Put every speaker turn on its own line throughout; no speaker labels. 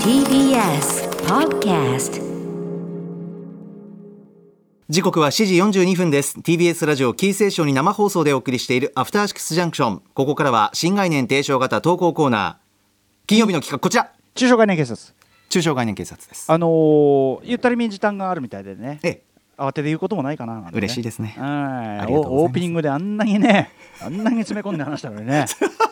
TBS Podcast
時刻は7時42分です TBS ラジオキーステーションに生放送でお送りしているアフターシックスジャンクションここからは新概念提唱型投稿コーナー金曜日の企画こちら
中小概念警察
中小概念警察です
あのーゆったりめに時短があるみたいでね
ええ
慌てて言うこともないかななんてね
嬉しいですね
はい
ありがとうございます
おオープニングであんなにねあんなに詰め込んで話したの にね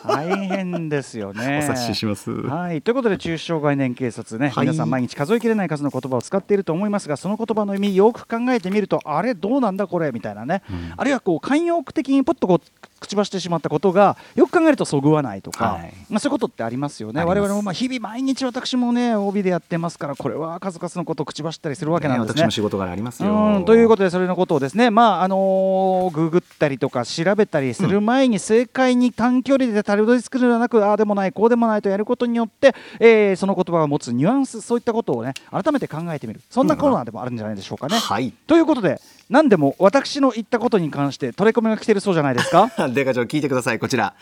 大変ですよね
お察しします
はいということで中小概念警察ね、
はい
皆さん毎日数えきれない数の言葉を使っていると思いますがその言葉の意味よく考えてみるとあれどうなんだこれみたいなね、あるいはこう慣用句的にポッとこう口走ってしまったことがよく考えるとそぐわないとか、
はい
まあ、そういうことってありますよね
あります
我々もまあ日々毎日私もね帯でやってますからこれは数々のことを口走ったりするわけなんです
ね私
ね
も。仕事柄あります
う
よ
んということでそれのことをですねまああのーググったりとか調べたりする前に正解に短距離でたどり着くのではなくああでもないこうでもないとやることによって、えーその言葉が持つニュアンスそういったことをね改めて考えてみるそんなコーナーでもあるんじゃないでしょうかね。
はい
ということで何でも私の言ったことに関して取り込みが来てるそうじゃないですか
デカ長聞いてくださいこちら、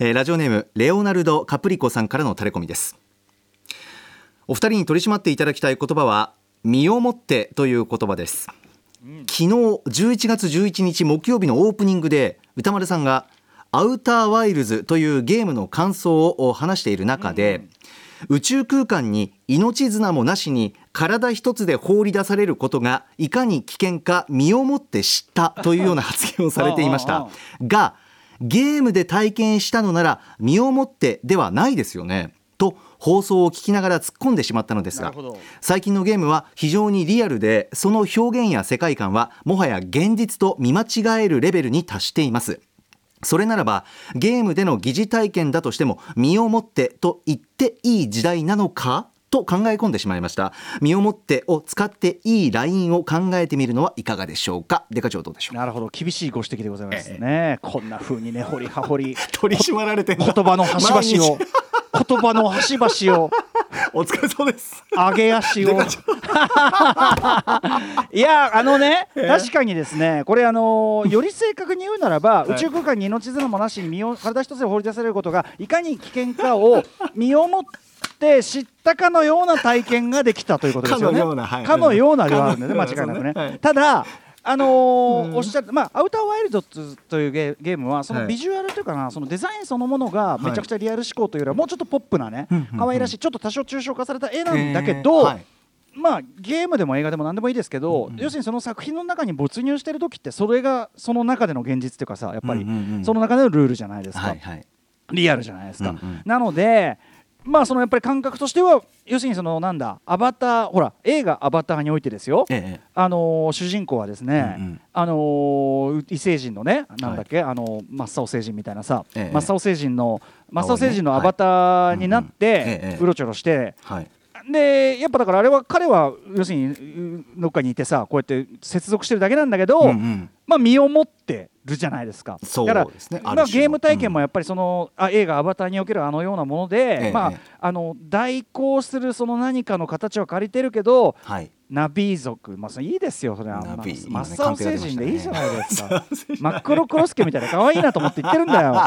えーラジオネームレオナルド・カプリコさんからのタレコミですお二人に取り締まっていただきたい言葉は身をもってという言葉です昨日11月11日木曜日のオープニングで歌丸さんがアウターワイルズというゲームの感想を話している中で、宇宙空間に命綱もなしに体一つで放り出されることがいかに危険か身をもって知ったというような発言をされていまし
ああ
た
あ
がゲームで体験したのなら身をもってではないですよねと放送を聞きながら突っ込んでしまったのですが最近のゲームは非常にリアルでその表現や世界観はもはや現実と見間違えるレベルに達していますそれならばゲームでの疑似体験だとしても身をもってと言っていい時代なのかと考え込んでしまいました身をもってを使っていいラインを考えてみるのはいかがでしょうかデカ長どうでしょう
なるほど厳しいご指摘でございますね、こんな風にね掘り葉掘り
取り締まられてん
言葉の端々を言葉の端々を
お疲れ様です
上げ足を
でかち
いやあのね確かにですねこれあのーより正確に言うならば、宇宙空間に命綱もなしに身を体一つで放り出されることがいかに危険かを身をもって知ったかのような体験ができたということですよね。
かのようなはい
かのようなではあるんでね間違い
か
なくね。
のようなはい
ただあのーおっしゃった、まあ、アウターワイルドというゲゲームはそのビジュアルというかな、そのデザインそのものがめちゃくちゃリアル思考というよりはもうちょっとポップなね、可愛らしいちょっと多少抽象化された絵なんだけど、
へーはい
まあ、ゲームでも映画でも何でもいいですけど、要するにその作品の中に没入してる時ってそれがその中での現実っていうかさやっぱり
うんうんうん
その中でのルールじゃないですか、
はいはい
リアルじゃないですか。
うんうん
なのでまあそのやっぱり感覚としては要するにそのなんだアバターほら映画「アバター」においてですよ、
ええ
あのー主人公はですね、
うんうん
あのー異星人のねなんだっけ、あのー真っ青星人みたいなさ、
ええ
真っ青星人の真っ青星人の
青い
ア
ね
バターになっ
はいうんうんえ
て
え
うろちょろして
はい
でやっぱだからあれは彼は要するにうどっかにいてさこうやって接続してるだけなんだけど、
うんうん
まあ、身をもってるじゃないですか
そう
だから
ですねあ
ま
る
あ、
種の
ゲーム体験もやっぱりその、あ映画「アバター」におけるあのようなもので、
ええ
ま
ええ
あ、あの代行するその何かの形は借りてるけど
はい
ナビー族、まあ、それいいですよそれは
ナビ
まあ真っ青星人でいいじゃな いですか。
す
真っ黒クロスケみたいな可愛いなと思って言ってるん だよ。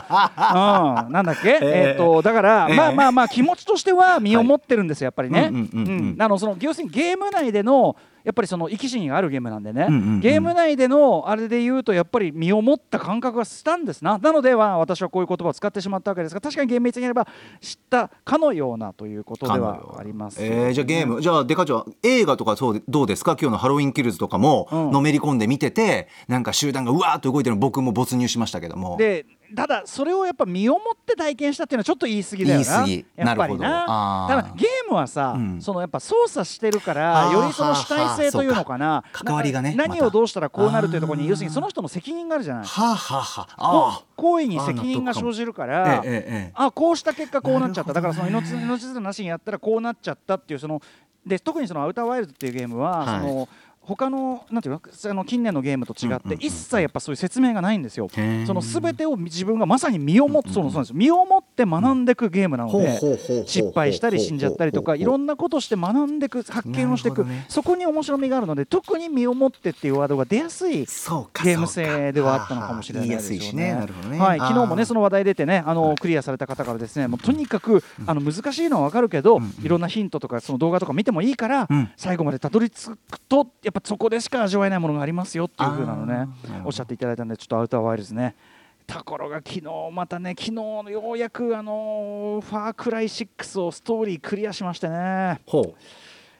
うん、なんだっけ、え
え
っとだから、
ええ
まあまあまあ気持ちとしては身をもってるんですよやっぱり
はい
ね。
うんうんうんうん
うんあのその要するにゲーム内でのやっぱりその生き死にがあるゲームなんでね、
うんうんうん
ゲーム内でのあれで言うとやっぱり身をもった感覚がしたんですななのでは私はこういう言葉を使ってしまったわけですが確かに厳密に言えば知ったかのようなということではありますよね、
えーじゃあゲーム、じゃあデカちゃん映画とかそうでどうですか今日のハロウィンキルズとかも
うん
のめり込んで見てて、なんか集団がうわーっと動いてるの僕も没入しましたけども
でただそれをやっぱ身をもって体験したっていうのはちょっと言い過ぎだよな
言い過ぎ
やっぱり
なるほどあ
な
ー
ただゲームはさ、
うん
そのやっぱ操作してるから
あー
よりその主体性というのかな
そうか関わりがね
な
ま
何
た
をどうしたらこうなるというところ
あ
に
ー
要するにその人の責任があるじゃない
はあはあはああ
こ
あ
行為に責任が生じるから
あー納得かもええええ
あこうした結果こうなっちゃった、
な
だ
る
か
ほ
ら
ど
その
ね
命命綱なしにやったらこうなっちゃったっていうそので特にそのアウターワイルドっていうゲームは、
はい
その他のなんていうのあの近年のゲームと違っ
うんうんう
て
ん
一切やっぱそういう説明がないんですよ。
へー
その全てを自分がまさに身をもってそうそうなんです身をもって学んでいくゲームなので
ほうほうほうほうほう
失敗したり死んじゃったりとかいろんなことして学んでいく発見をしてい
なる
く
ほどね
そこに面白みがあるので特に身をもってっていうワードが出やすい
そうか
ゲーム性ではあったのかもしれないです
言いやす
よ
いしね
ね。
なるほどね
はい、昨日もねそ
の
の話題出てねあのクリアされた方からですねもうとにかくあの難しいのはわかるけど
ん
いろんなヒントとかその動画とか見てもいいから
うん
最後までたどり着くとやっぱそこでしか味わえないものがありますよっていう風なの
あーな
ね
るほど
おっしゃっていただいたんでちょっとアウターワイルズね。ところが昨日またね昨日ようやくあのーファークライ6をストーリークリアしましてね
ほ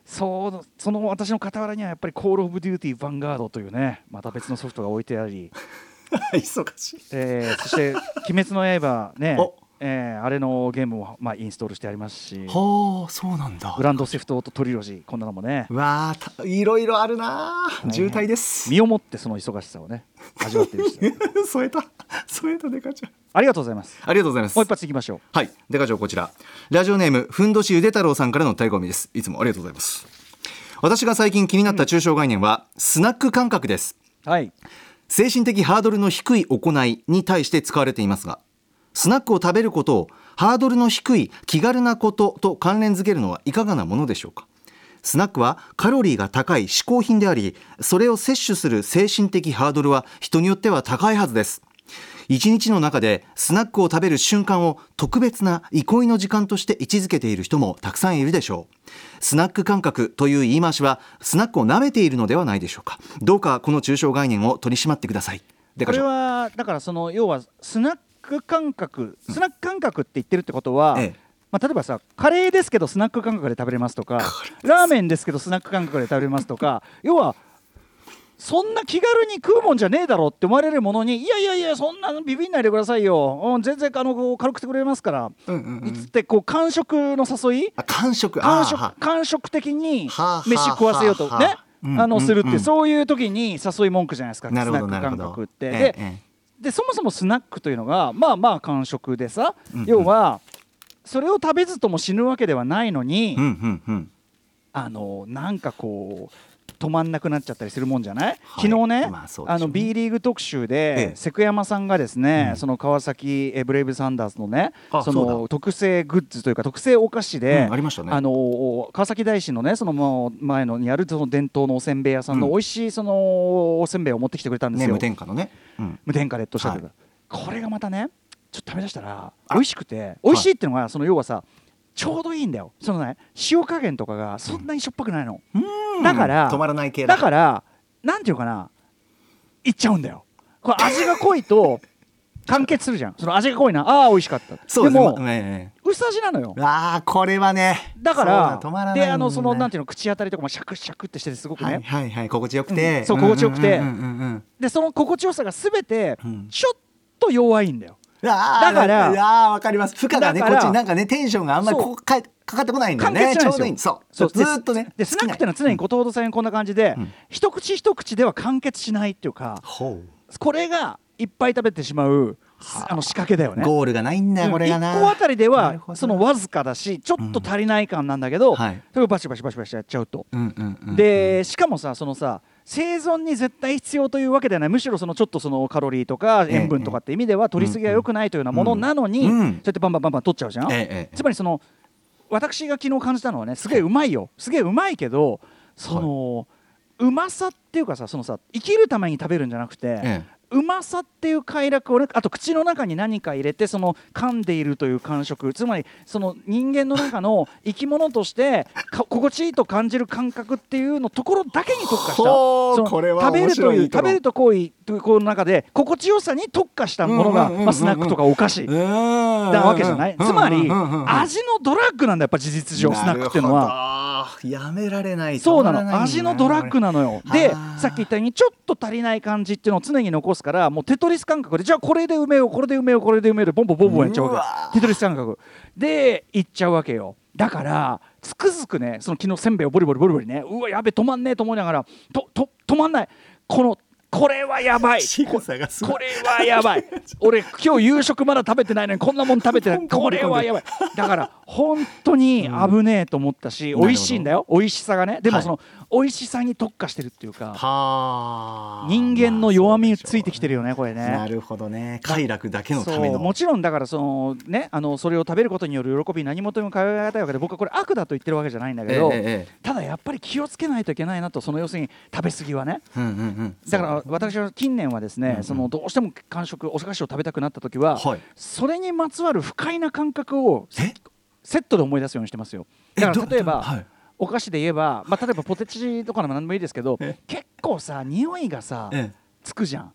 そうその私の傍らにはやっぱりコールオブデューティーヴァンガードというねまた別のソフトが置いてあり
う忙しい
えーそして「鬼滅の刃ね
お」
えーあれのゲームを、まあ、インストールしてありますし「
ほうそうなんだ
グランドセフトオートトリロジー」こんなのもね
うわあたいろいろあるな
大変
あ渋滞です
身をもってその忙しさをね味わってるし
添えた添えたデカちゃん
ありがとうございます
ありがとうございます
もう一発いきましょう
はい、デカ長こちら。ラジオネーム、ふんどしゆで太郎さんからの対抗みです。いつもありがとうございます。私が最近気になった抽象概念は、スナック感覚です。
はい
精神的ハードルの低い行いに対して使われていますが、スナックを食べることをハードルの低い気軽なことと関連づけるのはいかがなものでしょうか。スナックはカロリーが高い嗜好品であり、それを摂取する精神的ハードルは人によっては高いはずです。一日の中でスナックを食べる瞬間を特別な憩いの時間として位置づけている人もたくさんいるでしょうスナック感覚という言い回しはスナックを舐めているのではないでしょうかどうかこの抽象概念を取り締まってくださいで
こ
か
れ
ちょ
はだからその要はスナック感覚スナック感覚って言ってるってことは、
ええ
まあ、例えばさカレーですけどスナック感覚で食べれますとかラーメンですけどスナック感覚で食べれます とか要はそんな気軽に食うもんじゃねえだろって思われるものにいやいやいやそんなのビビんないでくださいよ、うん、全然あのこう軽くしてくれますから、
うんうんうん
つってこう感触の誘い
あ完食あ
感
ーは
触感触的に
はあ
飯食わせようと
はあはあ
ね
はあうん
あのするっ
うんう
て
ん
そういう時に誘い文句じゃないですかス
な
ナ
るほ
ッ
ど
ク
なるほ
感
ど
覚っ
え
て。
え
で
え
でそもそもスナックというのがまあまあ間食でさ、
うんうん
要はそれを食べずとも死ぬわけではないのに、
えうんうんうん
あのなんかこう止まんなくなっちゃったりするもんじゃない、
はい
昨日ね,、
まあそうでしょうね
あの B リーグ特集で
え、え
セクヤマさんがですね、
うん
その川崎えブレイブサンダースのね
あ
そ
そう
の特製グッズというか特製お菓子で、
うんありましたね
あの川崎大師のねそのもう前のにあるその伝統のおせんべい屋さんの
うん
美味しいそのおせんべいを持ってきてくれたんです
ね
よ、
無添加のね、うん、
無添加でっておっしゃってる
は
これがまたねちょっと食べだしたら美味しくて美味しいっていうのがその要はさちょうどいいんだよそのね塩加減とかがそんなにしょっぱくないのだから
止まらない系
だかららなんていうかないっちゃうんだよこれ味が濃 いと完結するじゃんその味が濃いなああー美味しかった
そうですね
でも
まえ
薄味なのよ
えああこれはね
だか
そうだ止まらないも
ら
んね
であのそのなんていうの口当たりとかもシャクシャクってしててすごく
はい
ね
はいはい心地よくて、
うんそう心地よくて
うんうんうんうんうん
でその心地よさが全て
うん
ちょっと弱いんだよ
だ
だから
ああわかります負荷がね
だ
こ
か
っ
ら
ちになんかねテンションがあんまり
そ
こ
う
うかかかってこないんだよ
完結
ね
じゃ
ちょ
ないう
どいい
で
ん
すよ
そうそうず
で
ーっとね
でスナックってのは常に後藤さんこんな感じで、
うん
一口一口では完結しないっていうか
ほ
これがいっぱい食べてしまう
はあ
あの仕掛けだよ
う
ね。
ゴールがないんだよこれがな
1個あたりで
なる
は
ほどな
そのわずかだしちょっと足りない感なんだけど、
んはい
それをバシバシバシバシやっちゃうと。
うんうんうん
でしかもさそのさ生存に絶対必要というわけではないむしろそのちょっとそのカロリーとか
ええ
塩分とかって意味では取りすぎは良くないというようなものなの
うん
に、
うん
そうやってバンバンバンバン取っちゃうじゃん。
ええええ
つまりその私が昨日感じたのはねすげえうまい よすげえうまいけどその、うまさっていうかさそのさ生きるために食べるんじゃなくて、
ええ
うまさっていう快楽をねあと口の中に何か入れてその噛んでいるという感触つまりその人間の 中の生き物としてか心地いいと感じる感覚っていうのところだけに特化した
ほう
その
これは
食べ
面
る
白
と
い
いう
とこ
食べると行為というこの中で心地よさに特化したものが、
うんうんうんうんうん
まあ、スナックとかお菓子
うーん
なわけじゃない、
うんうん
つまり、
うんうんうんうん
味のドラッグなんだやっぱ事実上スナックっていうのは
なるほどやめられない
そうな
止まらい
の
んだ
味のドラッグなのよで
あー
さっき言ったようにちょっと足りない感じっていうのを常に残すからもうテトリス感覚でじゃあこれで埋めようこれで埋めようこれで埋めようでボンボンボンボンやっちゃう
う
わ
わ
けテトリス感覚でいっちゃうわけよだからつくづくねその昨日せんべいをボリボリボリボリねうわやべ止まんねえと思いながらとと止まんないこのこれはやばい
仕草がすごい
これはやばい俺今日夕食まだ食べてないのにこんなもん食べて ないこれはやばいだから本当に危ねえと思ったし、
うん
美味しいんだよ美味しさがねで
は
も
い
その、美味しさに特化してるっていうか
はあ
人間の弱みついてきてるよねこれね。
なるほどね快楽だけのため
そう
の
もちろんだからそのねあのそれを食べることによる喜び何事にも変えられないわけで僕はこれ悪だと言ってるわけじゃないんだけど、
ええええ
ただやっぱり気をつけないといけないなとその要するに食べ過ぎはね
うんうんうん
だから私は近年はですね、そのどうしても間食お菓子を食べたくなった時は、
はい
それにまつわる不快な感覚を
え
セットで思い出すようにしてますよ
え
だか
ど
ら例えば、
はい
お菓子で言えば、まあ、例えばポテチとかでも何でもいいですけど
え
結構さ匂いがさ、
ええ
つくじゃん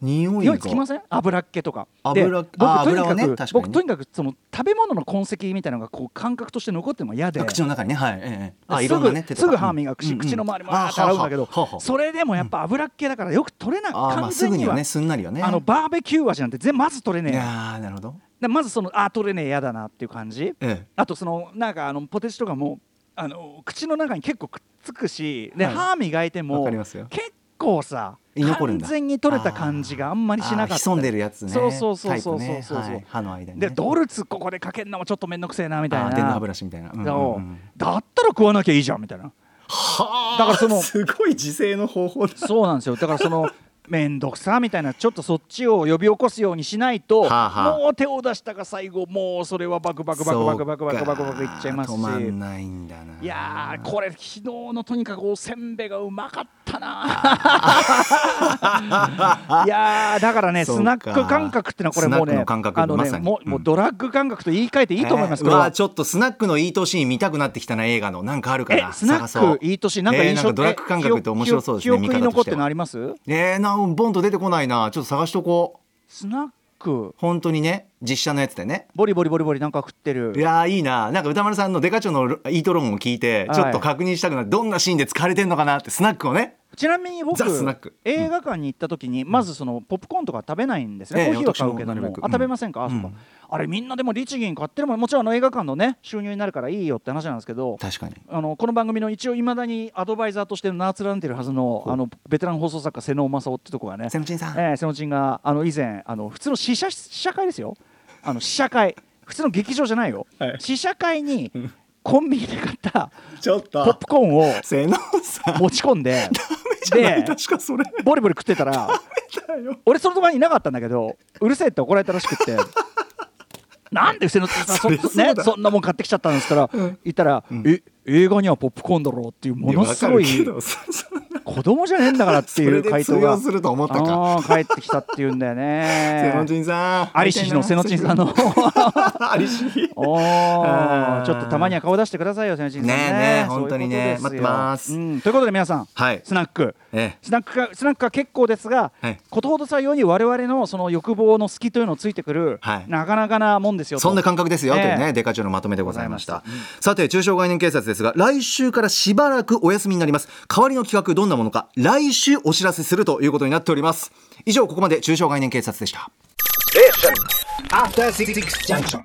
匂いが
匂いつきません油っ気とかで
油っ
僕
あー
とに
油は
か
ね
く
確かに
僕とにかくその食べ物の痕跡みたいなのがこう感覚として残ってるのが嫌で
あ口の中にねはいええええあい
す
ろんな
ぐ
ね手と
す
か
ぐ歯磨くし、
うんうん
口の周りもあーって洗うんだけ
あ
ど
はあはあはあ
それでもやっぱ油っ気だからよく取れない、
あーま
完
あす
全
ぐに
に
は
は
ねすんなりはね
あのバーベキュー味なんて全まず取れね
い
え
やーなるほど
でまずそのあー取れねえやだなっていう感じ、
ええ
あとそのなんかあのポテチとかもあの口の中に結構くっつくしで、
はい
歯磨いても
わかりますよ
結構さ
居残るんだ
完全に取れた感じがあんまりしなかった
あー潜んでるやつね
そうそうそうそう
タイプね
そうそうそう
はい歯の間にね
でドルツここでかけるのもちょっと面倒くせえなみたい
あ
な
ー電動歯ブラシみたいなうんうんうん
そうだったら食わなきゃいいじゃんみたいな
はあ
だからその
すごい自制の方法だ
そうなんですよだからその面倒くさみたいなちょっとそっちを呼び起こすようにしないと、
はあはあ
もう手を出したが最後もうそれはバクバクバクバクバクバクバクバクいっちゃいますし
そうか止まんないんだない
いやーこれ昨日のとにかくおせんべいがうまかったないやーだからね
そう
ス
か
ナック感覚ってのはこれ
ス
もう
ナック
ね
の感覚
あのね
まさに
もうもうドラッグ感覚と言い換えていいと思います
ね
これ
う
は
わちょっとスナックのイートシーン見たくなってきたな映画のなんかあるか
え
な
スナ
探そ
ッ
う
クいい年なんか印
えー
象、
ドラッグ感覚って面白そうですね
記
見
憶に
方
残
とし
っ
てて
るのあ
は
ります
えー、なボンと出てこないなちょっと探しとこう
スナック
本当にね実写のやつでね
ボリボリボリボリなんか食ってる
いやーいいななんか歌丸さんのデカチョのイートロンを聞いて
はい
ちょっと確認したくなる、どんなシーンで疲れてんのかなってスナックをね
ちなみに僕
ザスナック
映画館に行った時にまずそのポップコーンとか食べないんですね、
ええ
コーヒーは買うけど
私もな
も
るべく
あ食べませんか、あ
うん
そうかあれみんなでも律儀に買ってるもんもちろんあの映画館のね収入になるからいいよって話なんですけど
確かに
あのこの番組の一応いまだにアドバイザーとして名連ねてるはずのあのベテラン放送作家瀬能正夫ってとこがね
瀬野ちんさん、
ええ瀬野陣があの以前あの普通の試写試写会ですよあの試写会普通の劇場じゃないよ、試写会にコンビニで買った
ちょっ
ポップコーンを
瀬野さん
持ち込んで
じゃない
で
確かそれ
ボリボリ食ってたら俺その場にいなかったんだけどうるせえって怒られたらしくってなんで瀬野さんそ,、
そりゃそうだ
ね、そんなもん買ってきちゃったんですから、言ったら、え映画にはポップコーンだろうっていうものすごい
やわかるけどそそんな
子供じゃねえんだからっていう回答 が
それで通用すると思ったか
あー帰ってきたっていうんだよ
瀬野
ね
ちんさん
アリシヒの瀬野ちんさんの
アリシヒ
お
あ
ー
ー
ちょっとたまには顔出してくださいよ瀬野ちんさんね
ねえねえ本当にね
そうい
待っ
うことですよ
てます
うんということで皆さん、
はい
スナック
ええ
スナックがスナックは結構ですが、
はい
ことほどさように我々のその欲望の好きというのをついてくる、
はい
なかなかなもんですよと
そんな感覚ですよ、
ええ
というねデカ長のまとめでございましたさて中小概念警察ですが来週からしばらくお休みになります代わりの企画どんなものか来週お知らせするということになっております以上ここまで中小概念警察でした
After Six Junction.